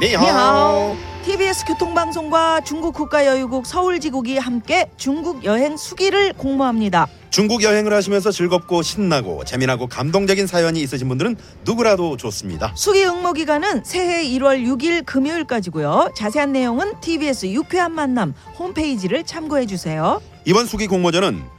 니하오. TBS 교통방송과 중국 국가여유국 서울지국이 함께 중국 여행 수기를 공모합니다. 중국 여행을 하시면서 즐겁고 신나고 재미나고 감동적인 사연이 있으신 분들은 누구라도 좋습니다. 수기 응모 기간은 새해 1월 6일 금요일까지고요. 자세한 내용은 TBS 유쾌한 만남 홈페이지를 참고해 주세요. 이번 수기 공모전은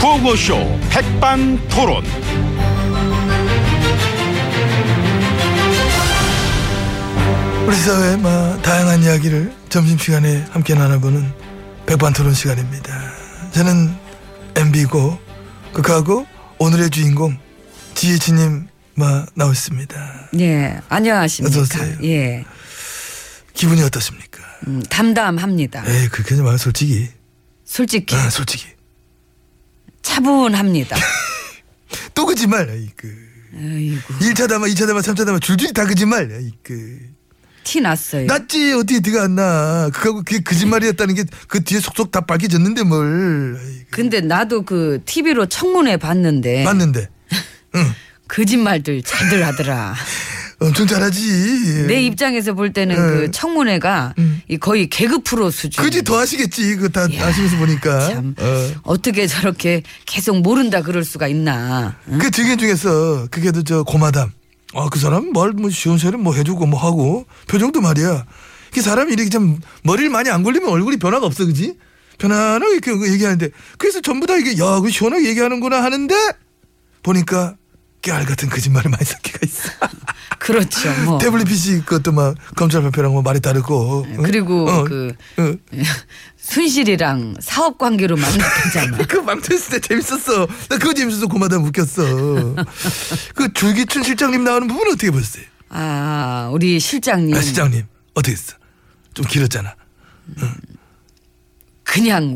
구호쇼 백반토론. 우리 사회의 마- 다양한 이야기를 점심시간에 함께 나눠보는 백반토론 시간입니다. 저는 MB고 극하고 오늘의 주인공 지혜진님 마- 나오셨습니다. 예, 안녕하십니까. 어서 오세요. 예, 기분이 어떠십니까? 음, 담담합니다. 에이 네, 그렇게는 말 솔직히 솔직히 아, 솔직히 차분합니다. 또 거짓말 아이 그 아이고, 1차 담아 2차 담아 3차 담아 줄줄이 다 거짓말 아이 그 티 났어요. 낫지 어떻게 네가 안나 그하고 그게 거짓말이었다는 게 그 뒤에 속속 다 밝혀졌는데 뭘 아이, 그. 근데 나도 그 TV로 청문회 봤는데 맞는데 거짓말들 잘들 하더라. 엄청 잘하지 내 입장에서 볼 때는 그 청문회가 이 거의 개그 프로 수준. 예. 음. 그지 더 하시겠지 그 다 야, 아시면서 보니까 예. 참. 어. 어떻게 저렇게 계속 모른다 그럴 수가 있나. 응? 그 증인 중에서 그게도 저 고마담 아 그 사람 말뭐 쉬운 소리 뭐 해주고 뭐 하고 표정도 말이야 그 사람이 이렇게 참 머리를 많이 안 걸리면 얼굴이 변화가 없어 그지 편안하게 이렇게 그 얘기하는데 그래서 전부 다 이게 야 그 시원하게 얘기하는구나 하는데 보니까 깨알 같은 거짓말을 많이 섞여가 있어 그렇죠. 뭐. 태블릿 PC 그것도 막 검찰 발표랑 뭐 말이 다르고 응? 그리고 어, 그 어. 순실이랑 사업 관계로 만났잖아. 그 망쳤을 때 재밌었어. 나 그거 재밌어서 고마다 웃겼어. 그 줄기춘 실장님 나오는 부분 어떻게 보셨어요? 아, 우리 실장님. 아, 실장님 어떻게 했어? 좀 길었잖아. 음. 그냥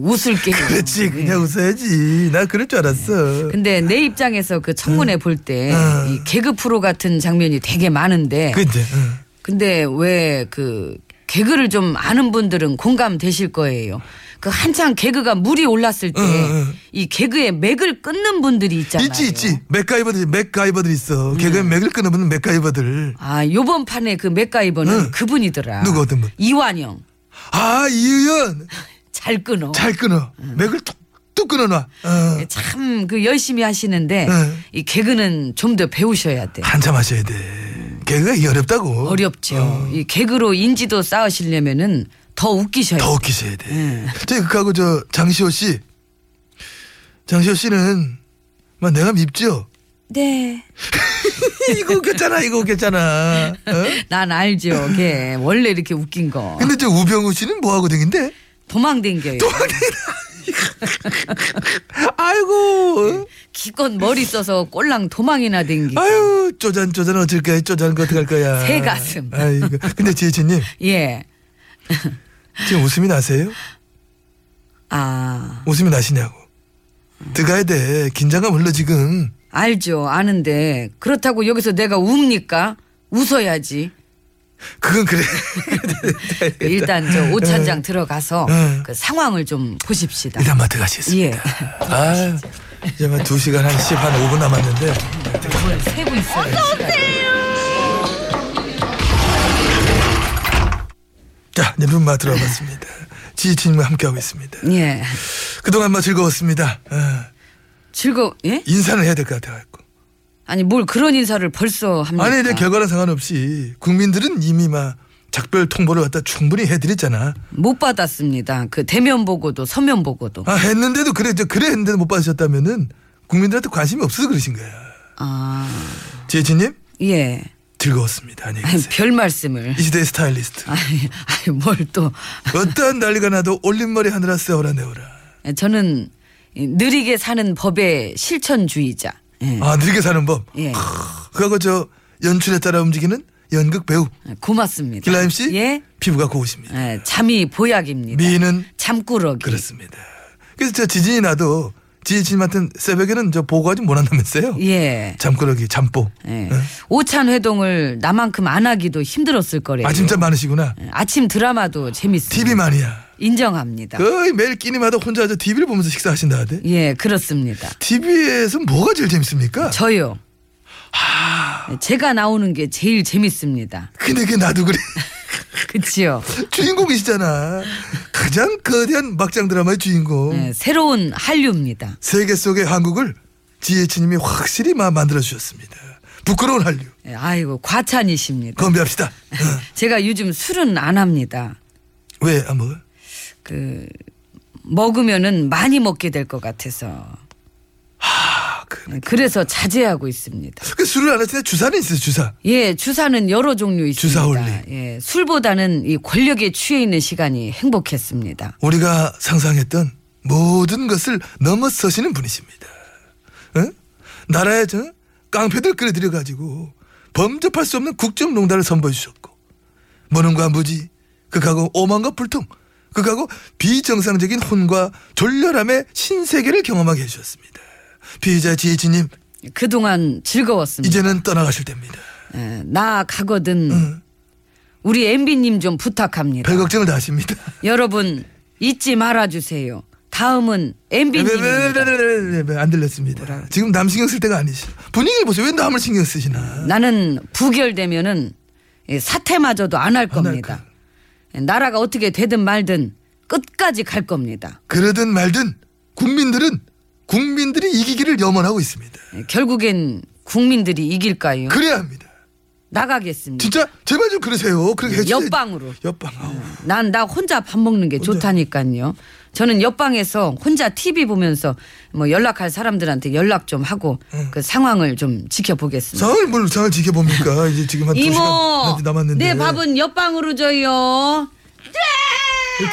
웃을게요. 그렇지 그냥 예. 웃어야지. 나 그럴 줄 알았어. 근데 내 입장에서 그 청문회 볼 때 응. 이 개그 프로 같은 장면이 되게 많은데 근데 그 응. 근데 왜 그 개그를 좀 아는 분들은 공감되실 거예요. 그 한창 개그가 물이 올랐을 때 이 응, 응. 개그의 맥을 끊는 분들이 음, 있잖아요. 음. 있지 있지. 맥가이버들 맥가이버들 있어. 개그맨 맥을 끊어보는 맥가이버들. 아, 요번 판에 그 맥가이버는 응. 그분이더라. 음. 누구 어떤 분? 이완영. 아 이의원 잘 끊어. 잘 끊어. 음. 맥을 툭툭 끊어놔. 어. 음. 참 그 열심히 하시는데 응. 이 개그는 좀 더 배우셔야 돼. 한참 하셔야 돼. 개그가 이게 어렵다고. 음. 어렵죠. 이 개그로 인지도 쌓으시려면은 더 웃기셔야 더 돼요. 웃기셔야 돼. 저희 그하고 저 장시호 씨, 장시호 씨는 막 내가 밉죠. 네. 이거 웃겼잖아, 이거 웃겼잖아. 어? 난 알죠. 걔 원래 이렇게 웃긴 거. 근데 저 우병우 씨는 뭐 하고 댕긴데? 도망댕겨요. 아이고, 기껏 머리 써서 꼴랑 도망이나 네. 댕기고. 아유, 쪼잔 쪼잔 어쩔 거야, 쪼잔 거 어떡할 거야. 새 가슴. 아이고, 근데 지혜진님 예. 지금 웃음이 나세요? 아, 웃음이 나시냐고. 들어가야 돼. 긴장감 흘러 지금. 알죠. 아는데 그렇다고 여기서 내가 웁니까? 웃어야지. 그건 그래. 일단 저 오찬장 들어가서 응. 그 상황을 좀 보십시다. 일단 마트 가시겠습니다. 예. 아, 이제 한 2시간 한 10, 한 5분 남았는데. 세고 있어요. 자, 이제 분마 들어봤습니다. 지지친님과 함께하고 있습니다. 예. 그동안 마 즐거웠습니다. 아, 즐거 예? 인사를 해야 될 것 같아갖고. 아니 뭘 그런 인사를 벌써 합니까? 아니, 내 결과랑 상관없이 국민들은 이미 막 작별 통보를 갖다 충분히 해드렸잖아. 못 받았습니다. 그 대면 보고도 서면 보고도. 아, 했는데도 그래, 저 그래 했는데도 못 받으셨다면은 국민들한테 관심이 없어서 그러신 거야. 아, 지혜진님, 예. 즐거웠습니다. 안녕히 아니, 계세요. 별 말씀을. 이 시대의 스타일리스트. 아니, 아니 뭘 또. 어떠한 난리가 나도 올림머리 하느라 세워라 내오라. 저는 이 느리게 사는 법의 실천주의자. 예. 아 느리게 사는 법. 예. 그거 저 연출에 따라 움직이는 연극 배우 고맙습니다. 길라임 씨 예. 피부가 고우십니다. 예, 잠이 보약입니다. 미는 잠꾸러기. 그렇습니다. 그래서 저 지진이 나도 지지친한테 새벽에는 저 보고가 좀 못한다면서요. 예. 잠꾸러기 잠보. 어? 예. 오찬 회동을 나만큼 안 하기도 힘들었을 거래요. 아 진짜 많으시구나. 예, 아침 드라마도 재밌습니다. TV 마니아. 그- 인정합니다. 거의 매일 끼니마다 혼자 저 TV를 보면서 식사하신다 하대. 예, 그렇습니다. TV에서 뭐가 제일 재밌습니까? 저요. 아. 네, 제가 나오는 게 제일 재밌습니다. 근데 그게 나도 그래. 그치요? 주인공이시잖아. 가장 거대한 막장 드라마의 주인공. 예, 새로운 한류입니다. 세계 속의 한국을 지혜치님이 확실히 마- 만들어주셨습니다. 부끄러운 한류. 예, 아이고, 과찬이십니다. 건배합시다. 어. 제가 요즘 술은 안 합니다. 왜, 안 먹어? 그, 먹으면은 많이 먹게 될 것 같아서. 아, 그, 예, 그래서 자제하고 있습니다. 그 술을 안 하시네. 주사는 있어요, 주사. 예, 주사는 여러 종류 있습니다. 주사 올림. 예, 술보다는 이 권력에 취해 있는 시간이 행복했습니다. 우리가 상상했던 모든 것을 넘어서시는 분이십니다. 응? 나라에 저 깡패들 끌어들여가지고 범접할 수 없는 국정농단을 선보여주셨고 무능과 무지, 극하고 오만과 불통, 극하고 비정상적인 혼과 졸렬함의 신세계를 경험하게 해주셨습니다. 피의자 지혜진님 그동안 즐거웠습니다. 이제는 떠나가실 때입니다. 음, 예, 나 가거든. 우리 MB님 좀 부탁합니다. 별 걱정을 다 하십니다. 여러분 잊지 말아주세요. 다음은 MB님입니다. 안 들렸습니다. 지금 남 신경 쓸 때가 아니시. 분위기를 보세요. 왜 남을 신경 쓰시나. 나는 부결되면은 예, 사퇴마저도 안 할 할 겁니다. 예, 나라가 어떻게 되든 말든 끝까지 갈 겁니다. 그러든 말든 국민들은 국민들이 이기기를 염원하고 있습니다. 예, 결국엔 국민들이 이길까요? 그래야 합니다. 음. 나가겠습니다. 진짜 제발 좀 그러세요. 그렇게 해주세요. 옆방으로. 옆방. 아우. 난 나 혼자 밥 먹는 게 좋다니까요. 저는 옆방에서 혼자 TV 보면서 뭐 연락할 사람들한테 연락 좀 하고 그 상황을 좀 지켜보겠습니다. 상황을 뭘 상황 지켜봅니까? 이제 지금 한 2시간 이모, 남았는데. 내 밥은 옆방으로 줘요.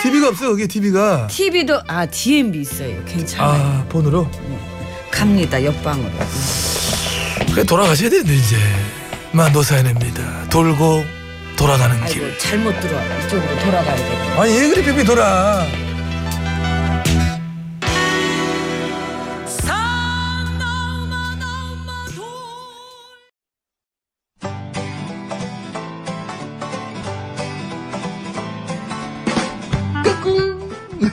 TV가 없어요. 여기 TV가. TV도 아 DMB 있어요. 괜찮아요. 아 폰으로. 갑니다 옆방으로. 그래 돌아가셔야 되는데 이제. 마 노사연입니다. 돌고 돌아가는 길. 아이고 잘못 들어 이쪽으로 돌아가야 돼. 아니 왜 그리 삐삐 돌아.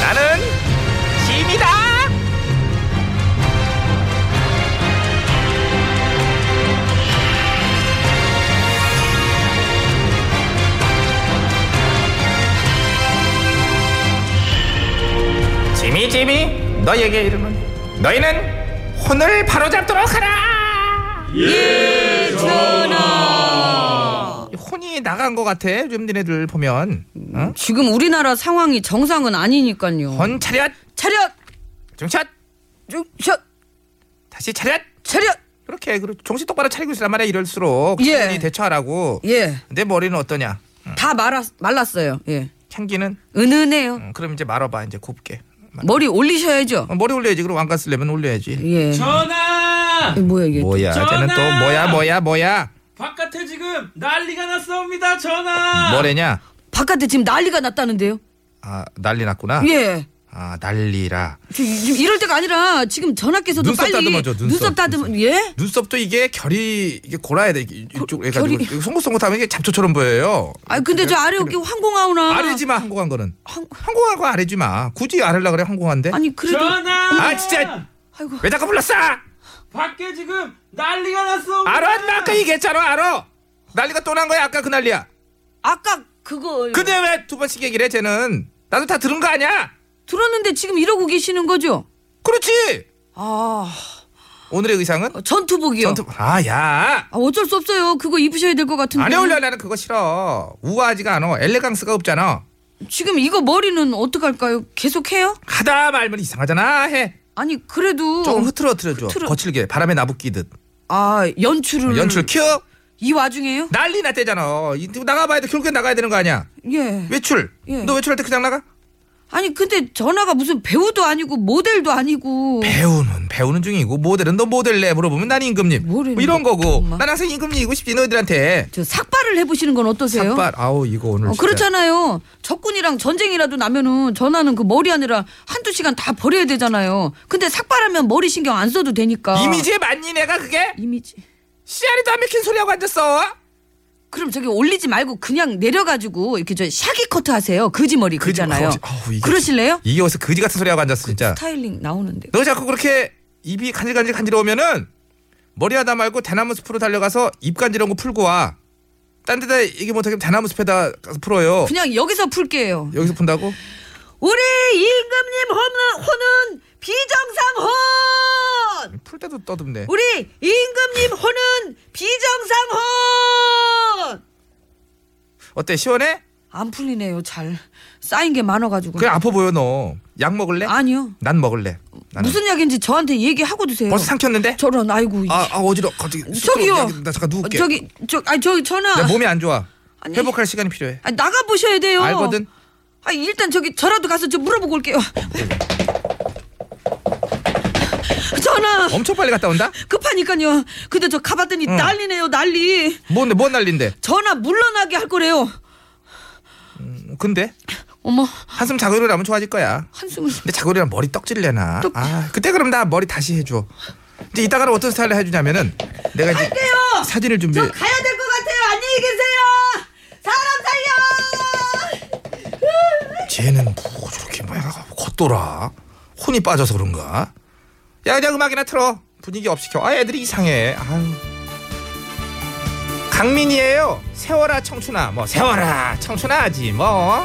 나는 짐이다. 지미 지미 너에게 이름은 너희는 혼을 바로잡도록 하라. 혼이 나간 것 같아. 요즘 니네들 보면 어? 지금 우리나라 상황이 정상은 아니니까요. 혼 차렷, 차렷! 정샷, 쭉, 샷! 다시 차렷. 차렷! 그렇게 그 정신 똑바로 차리고 있으란 말이야. 이럴수록 예. 충분히 대처하라고. 예. 내 머리는 어떠냐? 다 말았, 말랐어요. 예. 향기는 은은해요. 음, 그럼 이제 말아봐 이제 곱게. 머리 올리셔야죠. 어, 머리 올려야지. 그럼 안갔 쓰려면 올려야지. 예. 전하! 이 뭐야, 이게. 뭐야? 쟤는 또 뭐야? 뭐야? 뭐야? 바깥에 지금 난리가 났사옵니다, 전하! 뭐래냐? 바깥에 지금 난리가 났다는데요? 아 난리 났구나. 예. 아 난리라. 저 요즘 이럴 때가 아니라 지금 전하께서도 눈썹 빨리 다듬어줘, 눈썹. 눈썹 다듬 예? 눈썹도 이게 결이 이게 골아야 돼 이게 이쪽 해가지고 결이- 이거 송곳송곳하면 이게 잡초처럼 보여요. 아 근데 저 아래 여기 황공하오나 아래지마 항공한 거는 황- 항공한 거 아래지마 굳이 아래라 그래 항공한데. 아니 그래도 전화! 아 진짜 아이고. 네? 왜 자꾸 불렀어? 밖에 지금 난리가 났어! 알아 나 아까 얘기했잖아 알아. 난리가 또 난 거야 아까 그 난리야. 아까 그거 근데 왜 두 번씩 얘기를 해 쟤는 나도 다 들은 거 아니야? 들었는데 지금 이러고 계시는 거죠? 그렇지. 아 오늘의 의상은 어, 전투복이요. 전투. 아야. 아, 어쩔 수 없어요. 그거 입으셔야 될 것 같은데. 안 어울려 나는 그거 싫어. 우아하지가 않아. 엘레강스가 없잖아. 지금 이거 머리는 어떡할까요? 계속해요? 하다 말면 이상하잖아 해. 아니 그래도 조금 흐트러 흐트려줘. 음. 흐트러- 거칠게 바람에 나부끼듯. 아 연출을 연출 큐. 이 와중에요? 난리 났대잖아. 이- 나가봐야 돼. 결국엔 나가야 되는 거 아니야. 예. 외출. 예. 너 외출할 때 그냥 나가? 아니 근데 전화가 무슨 배우도 아니고 모델도 아니고 배우는 배우는 중이고 모델은 너 모델래 물어보면 난 임금님. 뭐 뭐래요? 이런 거고. 정말. 난 항상 임금님이고 싶지 너희들한테. 저 삭발을 해보시는 건 어떠세요? 삭발. 아우 이거 오늘. 어, 진짜. 그렇잖아요. 적군이랑 전쟁이라도 나면은 전화는 그 머리 하느라 한두 시간 다 버려야 되잖아요. 근데 삭발하면 머리 신경 안 써도 되니까. 이미지에 맞니 내가 그게? 이미지. 씨알이도 안 맥힌 소리하고 앉았어. 그럼 저기 올리지 말고 그냥 내려가지고 이렇게 저 샤기 커트 하세요. 그지 머리 그지- 그잖아요. 거지- 아우, 이게- 그러실래요? 이게 어디서 거지 같은 소리하고 앉았어 진짜. 그 스타일링 나오는데. 너 자꾸 그렇게 입이 간질간질 간지러우면은 머리 하다 말고 대나무 숲으로 달려가서 입 간지러운 거 풀고 와. 딴 데다 얘기 못하게 대나무 숲에다 가서 풀어요. 그냥 여기서 풀게요. 여기서 푼다고? 우리 임금님 호는, 호는 비정상혼! 풀 때도 떠듬네. 우리 임금님 호는 비정상혼! 어때 시원해? 안 풀리네요, 잘. 쌓인 게 많아가지고. 그냥 아파 보여 너. 약 먹을래? 아니요. 난 먹을래. 나는. 무슨 약인지 저한테 얘기하고 드세요. 벌써 음. 삼켰는데? 저런, 아이고. 아, 아 어지러. 갑자기 저기요. 쑥스러워. 나 잠깐 누울게. 저기, 저, 아니, 저기 전화. 내 몸이 안 좋아. 아니. 회복할 시간이 필요해. 아, 나가보셔야 돼요. 알거든. 아, 일단 저기 저라도 가서 좀 물어보고 올게요. 전화! 엄청 빨리 갔다 온다? 급하니까요. 근데 저 가봤더니 난리네요, 난리. 뭔데 뭔 난리인데? 전화 물러나게 할 거래요. 근데 어머, 한숨 자고 일어나면 좋아질 거야. 한숨을. 근데 자고리랑 머리 떡질려나. 떡- 아 그때 그럼 나 머리 다시 해줘. 이제 이따가는 어떤 스타일로 해주냐면은 내가 이제 사진을 준비. 저 가야 될 것 같아요. 안녕히 계세요. 사람 살려! 쟤는 뭐 저렇게 뭐야 겉돌아. 혼이 빠져서 그런가? 야 그냥 음악이나 틀어. 분위기 업시켜. 아 애들이 이상해. 아유. 강민이에요. 세워라 청춘아. 뭐 세워라 청춘아지 뭐.